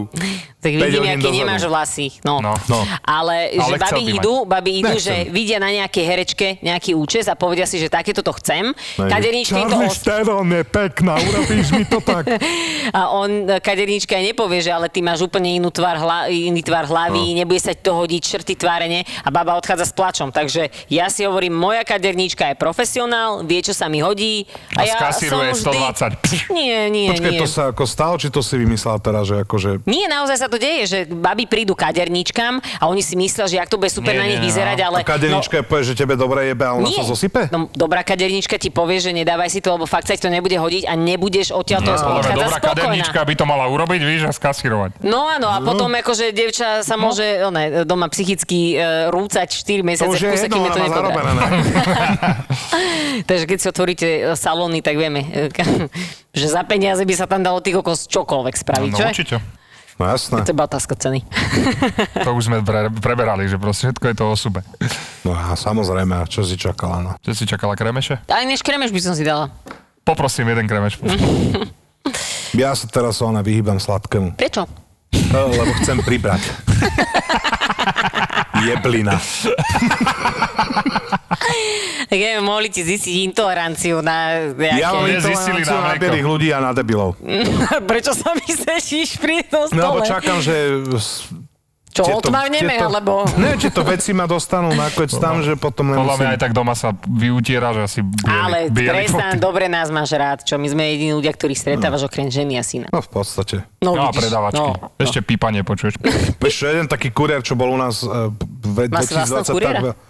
Tak
Päť
vidím,
hodín
aký
dozadu.
nemáš vlasy. No.
No,
no.
Ale, že
Ale chcel
baby
by mať.
idú, baby idú,
Nechcem.
že vidia na nejaké herečke nejaký účes a povedia si, že takéto to chcem.
No,
Kadernička im to
Charlize
os-
Theron je pekná, urobíš mi to tak.
a on e, kadernička aj nepovie, že ale ty máš úplne inú tvár hla- iný tvar
No.
hlavy, nebude sa ti to hodiť, črty tvárene a baba odchádza s plačom. Takže ja si hovorím, moja kadernička je profesionál, vie, čo sa mi hodí.
A
ja
skasíruje
som vždy...
120. Pš.
Nie, nie,
Počkaj,
nie.
to sa ako stalo, či to si vymyslela teraz, že akože...
Nie, naozaj sa to deje, že baby prídu kaderníčkam a oni si myslia, že jak to bude super
Nie,
na nich
nie,
vyzerať,
no.
ale...
A kadernička no, povie, že tebe dobre jebe a ona
nie.
sa zosype?
No, dobrá kaderníčka ti povie, že nedávaj si to, lebo fakt sa ti to nebude hodiť a nebudeš odtiaľ to
Nie, podľa mňa
odchádzať
No, dobrá kadernička
spokojná.
by to mala urobiť, víš, a skasírovať.
No áno,
Mhm.
a potom akože devča sa
No.
môže one, doma psychicky e, rúcať 4
to
mesiace v
už je
kuse,
jedno,
kým je
ona
to
má
nepodá.
zarobené. ne?
Takže keď si otvoríte e, salóny, tak vieme, e, ka- že za peniaze by sa tam dalo ty kokos čokoľvek spraviť,
No
čo? je?
určite.
No jasné.
To je iba otázka ceny.
To už sme pre, preberali, že proste všetko je to o sube.
No a samozrejme, a čo si čakala, no.
Čo si čakala kremeše?
Aj než kremeš by som si dala.
Poprosím jeden kremeš.
Mhm.
Ja sa teraz ona vyhýbam sladkému,
Prečo?
E, lebo chcem pribrať. Jeblina.
Tak ja neviem, mohli ti zistiť intoleranciu na... Nejaké...
Ja mám
je zistili
intoleranciu
na
na
mlieko.
bielých ľudí a na debilov.
Prečo sa mi sešíš pri tom stole?
No lebo čakám, že s-
Čo, odmávneme, alebo...
Ne, či to veci ma dostanú nakoniec tam, že potom
Podľa mňa aj
nemusím...
tak doma sa vyutiera, že asi bieli,
Ale
bieli
prestan,
foty.
dobre nás máš rád, čo my sme jediní ľudia, ktorých stretávaš okrem ženy a syna.
No v podstate.
No,
No a
vidíš,
predávačky.
No,
Ešte pípanie počuješ.
Vieš čo, jeden taký kuriér, čo bol u nás uh, v
Má si vlastného
2020, tak...
kuriéra?
veľ-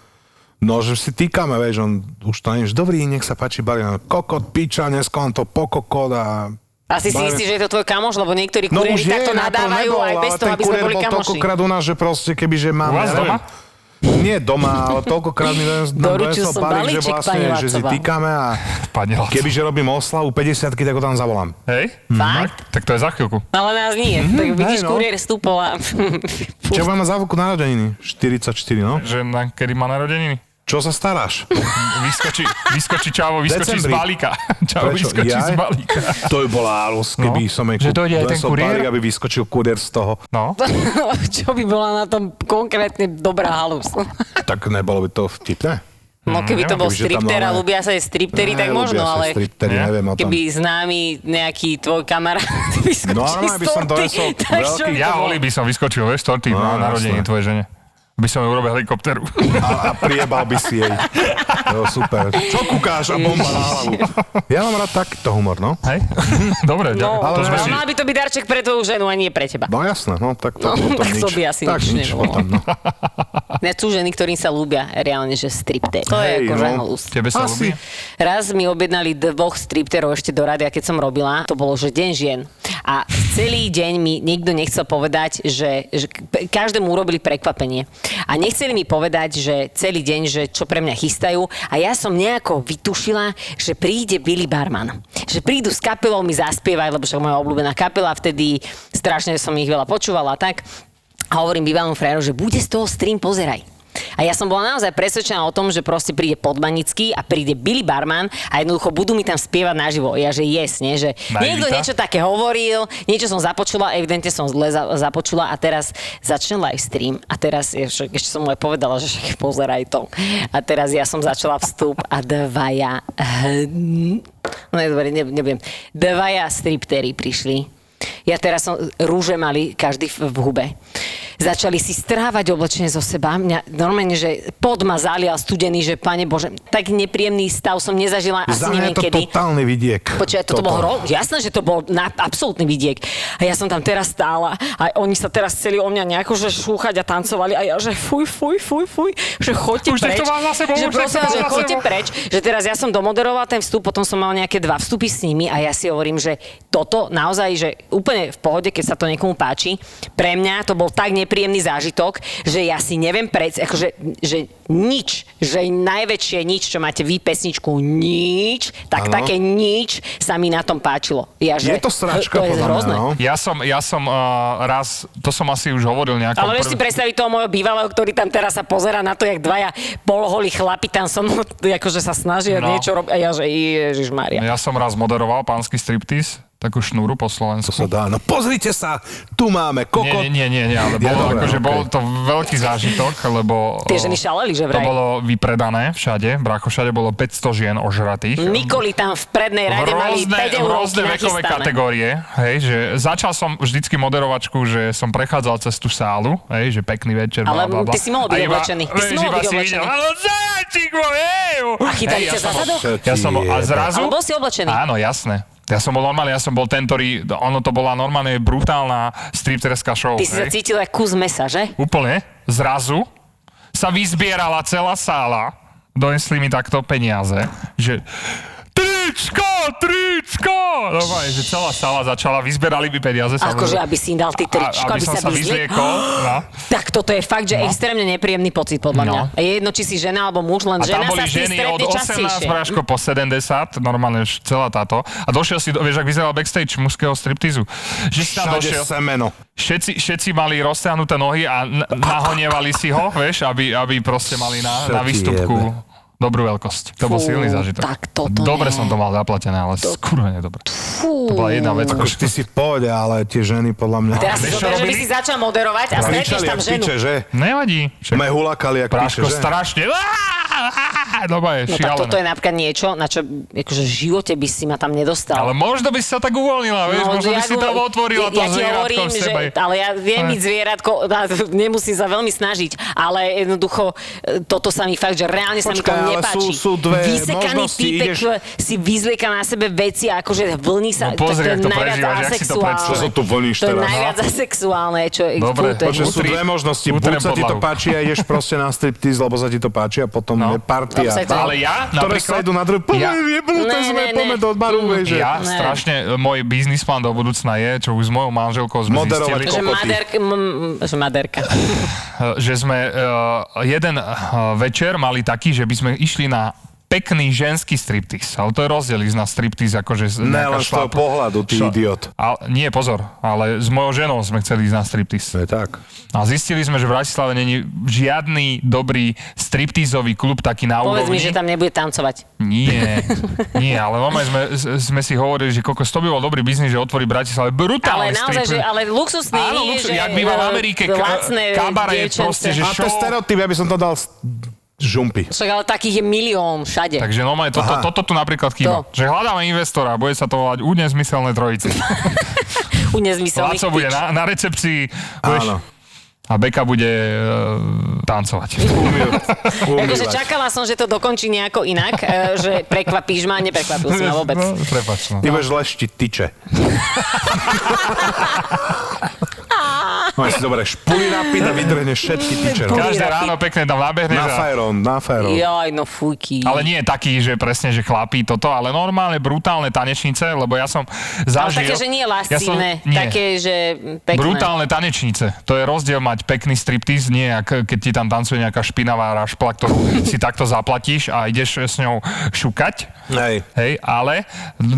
No, že si týkame, vieš, on už to nie, že dobrý, nech sa páči, bali, no, kokot, piča, neskon to pokokot a...
Asi si
Bavím-
istý, že je to tvoj kamoš, lebo niektorí kuriéri takto
No na to
nadávajú aj bez
ale
toho,
ten
aby sme
kuriér
boli
bol
kamoši.
toľkokrát u nás, že proste keby, že
U
mám...
vás
ja neviem,
doma?
Nie doma, ale toľkokrát mi dones- nám
Doručil
donesol
som
balík, že
balíček,
vlastne,
pani
že si
Lacová.
týkame a
Pani Laco.
kebyže robím oslavu 50 tak ho tam zavolám.
Hej? Mhm.
Fakt?
Tak to je za chvíľku.
No, Ale nás nie. tak vidíš,
hej, no.
kuriér vstúpol a...
Čo máme za vuku narodeniny? 44, no.
Že na, kedy má narodeniny?
Čo sa staráš?
Vyskočí, vyskočí čavo, vyskočí z
Decembri.
balíka. Čavo
Prečo?
vyskočí
Jaj?
z balíka.
To by bola alus, keby
No.
som jej
Že
kúp-
dojde aj ten
donesol
kuriér?
balík, aby vyskočil kuriér z toho.
No,
čo by bola na tom konkrétne dobrá halus?
Tak nebolo by to vtipné?
No
Mhm,
keby to
neviem,
bol
kebyže tam
stripter a
máme-
ľubia sa je striptery, tak
Ne,
možno,
ľubia sa
ale...
Striptery,
Nie?
neviem o tom.
Keby známy nejaký tvoj kamarát vyskočil
Normálne
z
by No som
torty,
donesol
tak čo by
veľký-
to
ja
bolo?
holý by som vyskočil, vieš, torty
No,
na
jasné.
narodeniny tvojej žene. By som ju urobil helikopteru.
A, a priebal by si jej. Jo, super. Čo kúkáš a bomba na hlavu. Ja mám rád takýto humor, no.
Hej? Dobre,
No,
ďakujem.
ale
To sme
no
si...
mal by to byť darček pre tvoju ženu a nie pre teba.
No jasné, no tak to
No,
potom
tak
nič.
to by asi
tak
nič
nič,
nebolo.
potom, no.
Ne, sú ženy, ktorým sa ľúbia reálne, že stripter. To je
Hej,
akože
no.
halus.
Tebe sa ľúbi?
Asi.
Raz mi objednali dvoch stripterov ešte do rádia, keď som robila. To bolo, že deň žien. A celý deň mi nikto nechcel povedať, že, že k- každému urobili prekvapenie. A nechceli mi povedať, že celý deň, že čo pre mňa chystajú. A ja som nejako vytušila, že príde Billy Barman. Že prídu s kapelou, mi zaspievajú, lebo však moja obľúbená kapela, vtedy strašne som ich veľa počúvala a tak. A hovorím bývalému frajeru, že bude z toho stream, pozeraj. A ja som bola naozaj presvedčená o tom, že proste príde Podmanický a príde Billy Barman a jednoducho budú mi tam spievať naživo. Ja, že yes, nie? Že
Naivita.
niekto niečo také hovoril, niečo som započula, evidentne som zle za- započula a teraz začne live stream a teraz je- však ešte som mu aj povedala, že však pozeraj to. A teraz ja som začala vstup a dvaja... No je dobre, ne, nebudem. Dvaja striptery prišli. Ja teraz som, rúže mali každý v, v hube. Začali si strávať oblečenie zo seba. Mňa normálne, že pod ma zalial studený, že pane Bože, tak nepríjemný stav som nezažila asi
Za mňa
neviem
je to
kedy.
totálny vidiek.
Počkaj, toto bol hro... Jasné, že to bol na... absolútny vidiek. A ja som tam teraz stála a oni sa teraz chceli o mňa nejako že šúchať a tancovali a ja, že fuj, fuj, fuj, fuj, že choďte
Už nech
preč.
to mám za sebou,
že
už nech to
prosím
mám
vás, že
za
choďte
sebou.
preč. Že teraz ja som domoderovala ten vstup, potom som mal nejaké dva vstupy s nimi a ja si hovorím, že toto naozaj, že úplne v pohode, keď sa to niekomu páči. Pre mňa to bol tak nepríjemný zážitok, že ja si neviem prec, akože, že nič, že najväčšie nič, čo máte vy pesničku, nič, tak
Áno.
také nič sa mi na tom páčilo. Ja, že,
Je to sráčka,
to je
podľa mňa,
hrozné.
no.
Ja som, ja som uh, raz, to som asi už hovoril nejakom...
Ale vieš si predstaviť toho môjho bývalého, ktorý tam teraz sa pozera na to, jak dvaja polholí chlapi tam som, akože sa snažia
No.
niečo robiť. A ja, že Ježiš Maria.
Ja som raz moderoval pánsky striptease, takú šnúru po Slovensku.
To sa dá. No pozrite sa, tu máme kokot.
Nie, nie, nie, nie, ale
Je
bolo,
dobré,
akože
okej.
bol to veľký zážitok, lebo eh,
Tie ženy šaleli, že
to
vraj.
bolo vypredané všade, brácho, všade bolo 500 žien ožratých.
Nikoli tam v prednej
v
rade mali 5
rôzne, v
eur
rôzne vekové kategórie. Hej, že začal som vždycky moderovačku, že som prechádzal cez tú sálu, hej, že pekný večer,
Ale
bla, bla, bla.
ty si mohol byť
A iba-
oblečený. Ty si
vieš,
mohol
iba
byť
si
oblečený.
videl, "Áno, zajačík môj, hej, ju."
Chytali
Hej, ja
ťa za
som bol-
zadok?
Čo ti
Ja som bol, a
jebe?
zrazu...
Ale bol si oblečený.
Áno, jasné. Ja som bol normálne, ja som bol ten, ktorý, ono to bola normálne brutálna stripterská show.
Ty si sa
hej.
cítil ako kus mesa, že?
Úplne, zrazu sa vyzbierala celá sála, donesli mi takto peniaze, že tričko, tričko! Normálne, že celá sála začala, vyzberali mi peniaze.
Akože,
samozrejme.
aby si im dal ty tričko,
A-
aby,
som
sa
sa
vyzli.
vyzliekol. No.
Tak toto je fakt, že
No.
extrémne nepríjemný pocit, podľa mňa.
No.
Je jedno, či si žena alebo muž, len
A tam
žena sa
boli
s tým
ženy od
stretne
18
častejšie.
bráško po 70, normálne š- celá táto. A došiel si, do, vieš, ak vyzeral backstage mužského striptizu. Že si tam
Všade
došiel.
semeno.
Všetci, všetci mali rozťahnuté nohy a n- nahonievali si ho, vieš, aby, aby proste mali na,
Čo
na
ti
výstupku
jebe?
dobrú veľkosť. To bol
Fú,
silný zážitok.
tak toto
dobre
nie.
som to mal zaplatené, ale to... skurvene dobre.
Fú.
To bola jedna vec.
Akože ty si v pohode, ale tie ženy podľa mňa...
Teraz si
Vieš, čo
zober, že by
robili?
si začal moderovať a stretneš
Kričali,
tam
jak
ženu. No
piče, že?
Nevadí.
Me hulakali, jak
Práško
piče, že?
strašne. Á, Dobre,
No tak toto je
šialené.
napríklad niečo, na čo akože v živote by si ma tam nedostal.
Ale možno by si sa tak uvoľnila,
No,
vieš, možno by si tam otvorila to
ja ti
zvieratko
hovorím,
v sebe.
Že, ale ja viem
Ale-
byť zvieratko, a nemusím sa veľmi snažiť, ale jednoducho e, toto sa mi fakt, že reálne sa mi to
Počkaj, ale
nepáči.
sú- sú dve
Vysekaný
možnosti,
týpek
ideš-
si vyzlieka na sebe veci a akože vlní sa.
No pozri,
tak
jak
to
to
je najviac
prežívaš, jak si to
asexuálne.
predstavíš. Čo sa
tu vlníš
To je
teraz,
najviac
no?
asexuálne, čo je fú,
Dobre,
to je-
počkaj,
Že teda? sú
Utri-
dve možnosti.
utriem
Buď sa ti to
podlahu.
páči a ideš proste na striptease, lebo sa ti to páči a potom
No.
je partia.
Obsah to-
tá,
Ale ja
ktoré sa
napríklad-
idú na druhé, poďme,
Ja-
jebnuté
Ne,
sme,
ne, ne.
poďme do baru, vieš, že...
Ja
Ne.
strašne, e, môj biznis plán do budúcna je, čo už s mojou manželkou sme
Moderovať
zistili,
Že
Kokoty.
maderka, m, m, že maderka.
e, že sme e, jeden e, večer mali taký, že by sme išli na pekný ženský striptiz. Ale to je rozdiel ísť na striptiz, akože z-
Ne,
nejaká
len z toho
šlápla-
pohľadu, ty
šla-
idiot.
A, nie, pozor, ale s mojou ženou sme chceli ísť na striptiz.
To je tak.
A zistili sme, že v Bratislave není žiadny dobrý striptizový klub taký na
Povedz mi,
úrovni.
že tam nebude tancovať.
Nie, nie, ale normálne sme, s- sme si hovorili, že koľko to by bol dobrý biznis, že otvorí v Bratislave brutálny
Ale naozaj, že,
strip.
ale luxusný,
Áno,
nie,
luxus,
že,
jak býva v
e,
Amerike, k-
lacné
kabaret,
dievčence.
proste, že
A to je
show.
stereotyp, ja by som to dal s- žumpy.
Však ale takých je milión všade.
Takže normálne toto,
Aha.
toto tu napríklad chýba.
To.
Že hľadáme investora, bude sa to volať u nezmyselné trojice.
U nezmyselných
Láco bude na, na recepcii budeš,
Áno.
a Beka bude uh, tancovať.
Takže
Umývať.
čakala som, že to dokončí nejako inak, e, že prekvapíš ma, neprekvapil si ma vôbec.
No, Prepač, no.
Ty budeš leštiť tyče. Máš No, si dobre špuli napiť a vydrhneš všetky tyče. no.
Každé ráno pekne tam nabehneš.
Na
a-
fajron, na fajron.
Jaj, no fujky.
Ale nie je taký, že presne, že chlapí toto, ale normálne brutálne tanečnice, lebo ja som
ale
zažil...
také, že nie lascívne,
nie.
také, že pekné.
Brutálne tanečnice. To je rozdiel mať pekný striptiz, nie ak, keď ti tam tancuje nejaká špinavá rašpla, ktorú si takto zaplatíš a ideš s ňou šukať.
Hej.
Hej, ale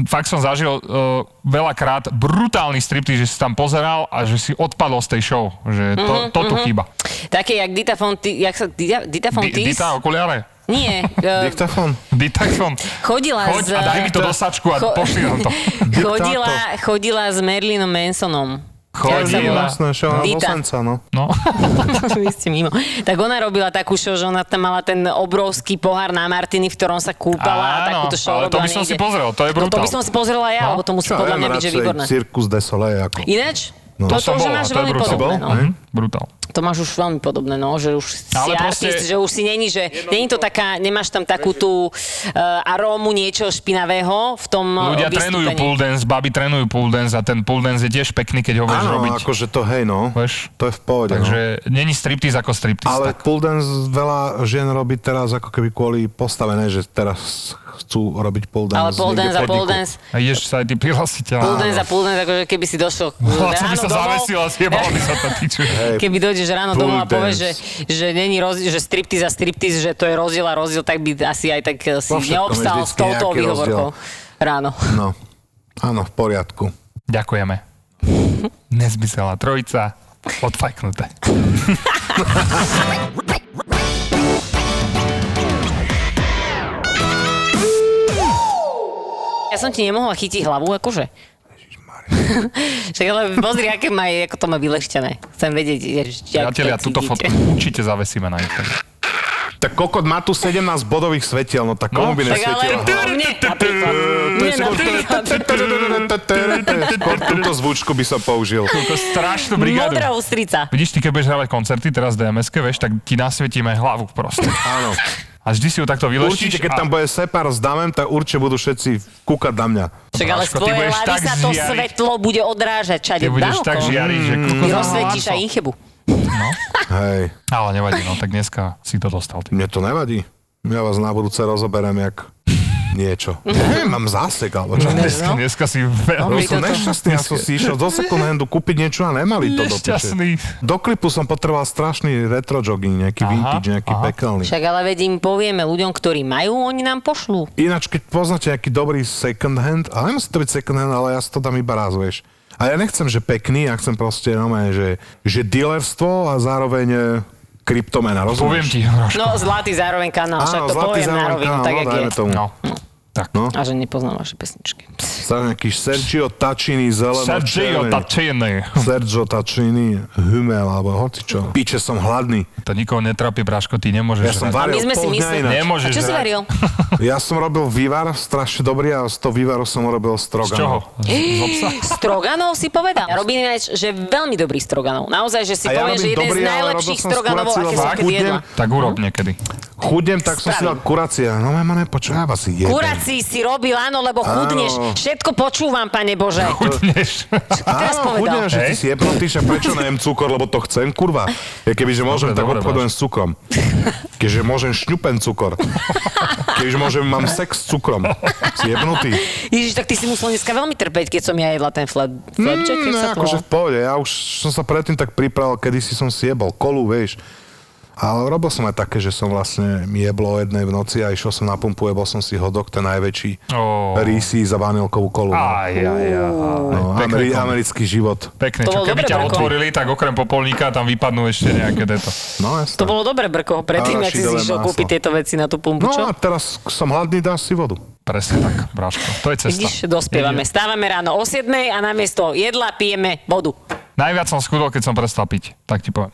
fakt som zažil uh, veľakrát brutálny striptiz, že si tam pozeral a že si odpadol z tej show. Že to,
Mhm,
to tu chýba.
Také, jak Dita Fonti, jak sa, Dita, Dita
Di-
Fontis?
Dita, okuliare?
Nie, e,
Diktafón.
Diktafon.
chodila
Choď
z...
a daj mi to do sačku a
Cho-
pošli nám to.
chodila, chodila s Merlinom Mansonom. Jak sa volá?
Chodila.
Jasné, čo Vlastne, ona
Dita.
bosenca, no.
No.
Vy ste mimo. Tak ona robila takú show, že ona tam mala ten obrovský pohár na Martiny, v ktorom sa kúpala. a
Áno,
takúto show
ale to
robila
by som
niekde.
si pozrel, to je
No to by
brutál.
som si pozrela ja, lebo to musí
Čo,
podľa
ja
mňa
mám
byť, že
radšej
výborné.
Circus de Soleil ako.
Ináč,
No,
to,
To
to
som
už
bol, a
máš
to je
veľmi
brutál.
podobné. No.
Mhm, Brutál.
To máš už veľmi podobné, no, že už si
Ale proste-
artist, že už si není, že není to taká, nemáš tam takú tú uh, arómu niečo špinavého v tom eh,
Ľudia trénujú
vystúpení.
pool dance, baby trénujú pool dance a ten pool dance je tiež pekný, keď ho vieš
Áno,
robiť.
akože to hej, no.
Vieš?
To je v pohode, no.
Takže není striptiz ako striptiz.
Ale
tak.
pool dance veľa žien robí teraz ako keby kvôli postavené, že teraz chcú robiť pool dance.
Ale pole
niekde
dance
v
a pole
podniku.
dance,
A ideš sa aj ty prihlásiť. a-
pole dance a pole dance, akože keby si došiel
No, co by
ráno
sa
domov-
zavesil a zjebal by sa to piču.
Hej,
Keby dojdeš ráno
Pool
domov a povieš, že,
dance.
že, není rozdiel, že striptiz a striptiz, že to je rozdiel a rozdiel, tak by asi aj tak eh, si
Vo všetkom je
neobstal s
vždycky
touto
nejaký
výhovorkou ráno.
No, áno, v poriadku.
Ďakujeme. Nezmyselná trojica, odfajknuté.
Ja som ti nemohla chytiť hlavu, akože. Však ale pozri, aké má, ako to má vyleštené. Chcem vedieť, že- jak
Priatelia,
to
túto
cítite.
fotku určite zavesíme na Instagram.
Tak kokot má tu 17 bodových svetiel, no tak komu
No,
by
Tak ale
nesvietil?
o mne napríklad.
To je
Mne
skôr-
napríklad.
Skôr Túto zvučku by som použil.
To strašnú brigádu.
Modrá ústrica.
Vidíš, ty keď budeš hrávať koncerty teraz dms vieš, tak ti nasvietíme hlavu proste.
Áno.
A vždy si ju takto
Určite,
vyleštíš
keď
a
tam bude separ s damem, tak určite budú všetci kúkať na mňa.
Však ale z
Braško, ty
tvojej
budeš
hlavy
tak
sa to
žiariť.
svetlo bude odrážať
ty
čade
budeš
dávko.
tak žiariť,
Mm.
že kuku,
Rozsvetíš aj inchebu.
Hej,
Ale nevadí, no tak dneska si to dostal. Ty.
mne to nevadí. Ja vás na budúce rozoberiem jak niečo. Neviem, mám zásek alebo čo.
Dneska, dneska si
No,
veľmi
Robí
som
toto.
nešťastný, ja som si išiel do second handu kúpiť niečo a nemali to do piče.
nešťastný.
Do klipu som potreboval strašný retro jogging, nejaký
Aha,
vintage, nejaký
aha.
pekelný.
Však ale veď im povieme ľuďom, ktorí majú, oni nám pošlú.
Ináč, keď poznáte nejaký dobrý second hand, ale nemusí to byť second hand, ale ja si to dám iba raz, vieš. A ja nechcem, že pekný, ja chcem proste, no, že, že dealerstvo a zároveň e, kryptomena,
Poviem
rozumieš?
ti, Hroško.
No, zlatý zároveň kanál, však to poviem na rovinu, tak, jak je.
dajme tomu.
No. Tak. No.
A že nepoznám vaše pesničky. Pst.
Stále nejaký Sergio Tačiny, zeleno
Sergio Tacene.
Sergio Tačiny, Hummel, alebo hoci čo. Piče, som hladný.
To nikoho netrapí, Braško, ty nemôžeš
Ja som
hrať.
varil
My sme si
pol dňa
mysleli.
ináč.
A
Nemôžeš
čo si
hrať.
varil?
Ja som robil vývar strašne dobrý a z toho vývaru som no. urobil
Z
strogan.
čoho? Z, z obsa?
Stroganov si povedal. Ja robím ináč, že veľmi dobrý stroganov. Naozaj, že si
A ja
poviem, že
robím
jeden
dobrý,
z
ale
najlepších
robil som
stroganov,
skôr
aké som
cieľovák.
kedy jedla.
Tak urob niekedy.
Chudnem, tak som si dal
Spravím.
kuracia. No ma nepočúva, iba si jeden.
Kurací si robil, áno, lebo chudneš. Všetko počúvam, pane Bože.
Chudneš.
Čo teraz
Áno,
povedal?
chudnem, že ty
Hej.
si jebnutý, že prečo nejem cukor, lebo to chcem, kurva. Ja kebyže môžem,
Dobre,
tak
dobre,
obchodujem s cukrom. Keďže môžem, šňupen cukor. Keďže môžem, mám sex s cukrom. Si jebnutý.
Ježiš, tak ty si musel dneska veľmi trpeť, keď som ja jedla ten flap, flapjack, mm,
Mm,
sa to
no,
akože...
akože v pohode. Ja už som sa predtým tak pripravil, kedy si som si jebol kolu, vieš. Ale robil som aj také, že som vlastne mi jeblo o jednej v noci a išiel som na pumpu, jebol som si hodok, ten najväčší.
Ó.
Rýsi za vanilkovú kolu. no.
Aj, aj, aj.
No,
Pekné,
ameri-
kom-
americký život.
pekné.
To
Čo
bolo
keby
dobre
ťa
brko.
otvorili, tak okrem popolníka tam vypadnú ešte nejaké deto.
No jasné.
To bolo dobre, Brko, predtým, ak si si
Arašidové
išiel
máslo.
kúpiť tieto veci na tú pumpu,
No
čo?
a teraz som hladný, dám si vodu.
Presne tak, Braško. To je cesta.
Vidíš, dospievame. Stávame ráno o 7 a namiesto jedla pijeme vodu.
Najviac som schudol, keď som prestal piť. Tak ti poviem.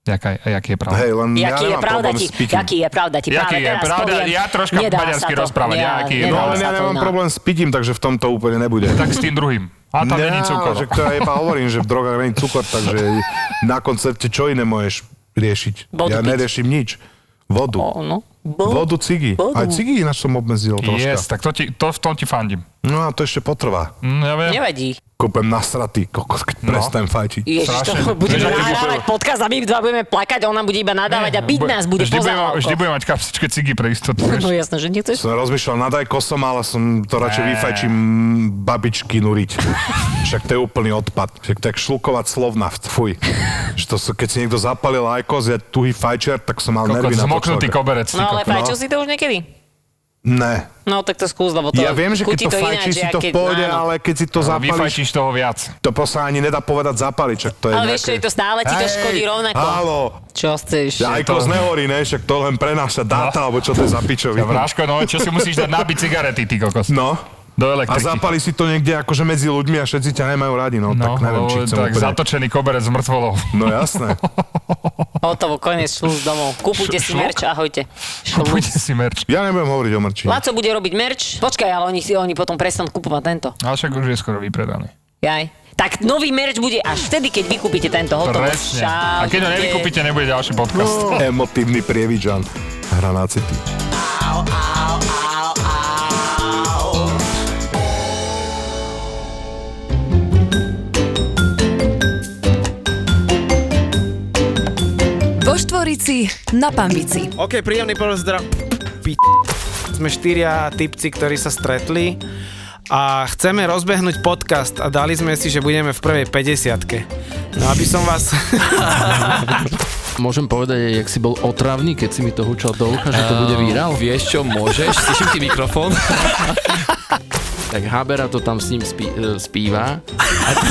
Jaká, je- jaký je pravda.
Hej, len
Jaký
No ja
je
nemám
pravda
problém
ti,
s pitím.
jaký je pravda ti,
Jaký
práve
je
teraz
pravda?
poviem,
Ja troška
nedá
maďarsky
sa to.
rozprávať,
Ja-
jaký je-
nedá
No ale
sa
ja
to,
nemám
no.
problém s pitím, takže v tomto úplne nebude.
Tak s tým druhým. A tam není cukor.
Že to ja iba hovorím, že v drogách není cukor, takže na koncerte čo iné môžeš riešiť?
Vodu
ja
piť.
neriešim nič. Vodu.
O, no. Bo-
Vodu cigy.
Vodu.
Aj cigy ináč som obmedzil
Yes,
troška.
tak to, ti, to v tom ti fandím.
No a to ešte potrvá.
Mm, ja viem.
Nevadí.
Kúpem nasratý kokos,
No.
keď prestanem fajčiť.
Ježiš, to
Strašne.
budeme
Ježiš,
nahrávať podcast a my dva budeme plakať a ona bude iba nadávať a byť nás bude
vždy
poza
budem, ma-
hlávkou.
vždy budem mať kapsičke cigy pre istotu. vieš.
No jasné, že nechceš.
Som rozmýšľal nad aj kosom, ale som to radšej
Ne.
vyfajčím babičky nuriť. Však to je úplný odpad. Však tak šlukovať slovnaft, fuj. Že to sú, keď si niekto zapalil aj kos, ja tuhý fajčer, tak som mal
Kokot,
nervy na to
zmoknutý
človeka.
koberec. ty
No ale
kokot.
fajčil si to už niekedy?
Ne.
No tak to skús, lebo to
Ja viem, že
chutí
keď to
ináč,
fajčíš, si
jak
to v
keď-
pohode,
áno.
ale keď si to zapališ,
Vyfajčíš toho viac.
to po sa ani nedá povedať zapaliť, však to je
Ale vieš čo, je to stále ti to
Hej,
škodí rovnako.
Álo,
Čo chceš?
aj
to- No.
kos nehorí, ne, však to len prenáša dáta, alebo čo to je za
Ja,
pičovi.
Vráško, no čo si musíš dať nabiť cigarety, ty kokos.
No,
Do
A
elektriky.
zapali si to niekde akože medzi ľuďmi a všetci ťa nemajú radi,
No,
no, tak neviem, či chcem
tak
úplne...
zatočený koberec s mŕtvolou.
No jasné.
Hotovo, koniec, šluz domov. Kúpujte
Š-
si
šluk?
merč, ahojte. Šluz.
Buďte si merč.
Ja nebudem hovoriť o mrčine.
No. Laco bude robiť merč. Počkaj, ale oni, si- oni potom prestanú kupovať tento.
Ale však už je skoro vypredaný.
Jaj. Tak nový merč bude až vtedy, keď vykúpite tento hotovo.
Presne. A keď ho
Čaute.
nevykúpite, nebude ďalší podcast.
No. Emotívny prievidžan. Hra na city.
Vo Štvorici na Pambici.
OK, príjemný pozdrav. Pi... Sme štyria typci, ktorí sa stretli a chceme rozbehnúť podcast a dali sme si, že budeme v prvej 50 No aby som vás...
Môžem povedať, jak si bol otravný, keď si mi to hučal do ucha, že to bude výral?
Ehm, Vieš čo, môžeš, slyším ti mikrofón.
Tak Habera to tam s ním spí, e, spíva. A to,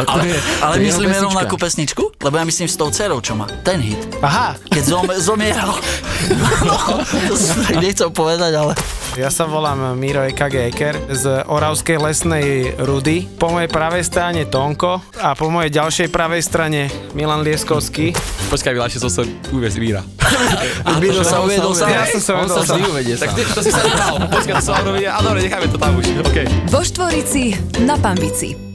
a to
Ale,
je,
ale
to je jeho
myslíme rovno
pesnička.
na akú pesničku? Lebo ja myslím s tou dcerou, čo má. Ten hit.
Aha,
No, Keď zom, zomieral. No, to som tak nechcel povedať, ale...
Ja sa volám Miro EKG Eker z Oravskej lesnej Rudy. Po mojej pravej strane Tonko a po mojej ďalšej pravej strane Milan Lieskovský.
Počkaj, Miláši, to som uviez víra.
Uviedol sa, uviedol sa.
Ja som sa
On sa
vedel.
vždy uvedie
Tak
sám.
ty, to si sa nepal. Počkaj, to som uviedol. A dobre, necháme to tam už. OK.
Vo Štvorici na Pambici.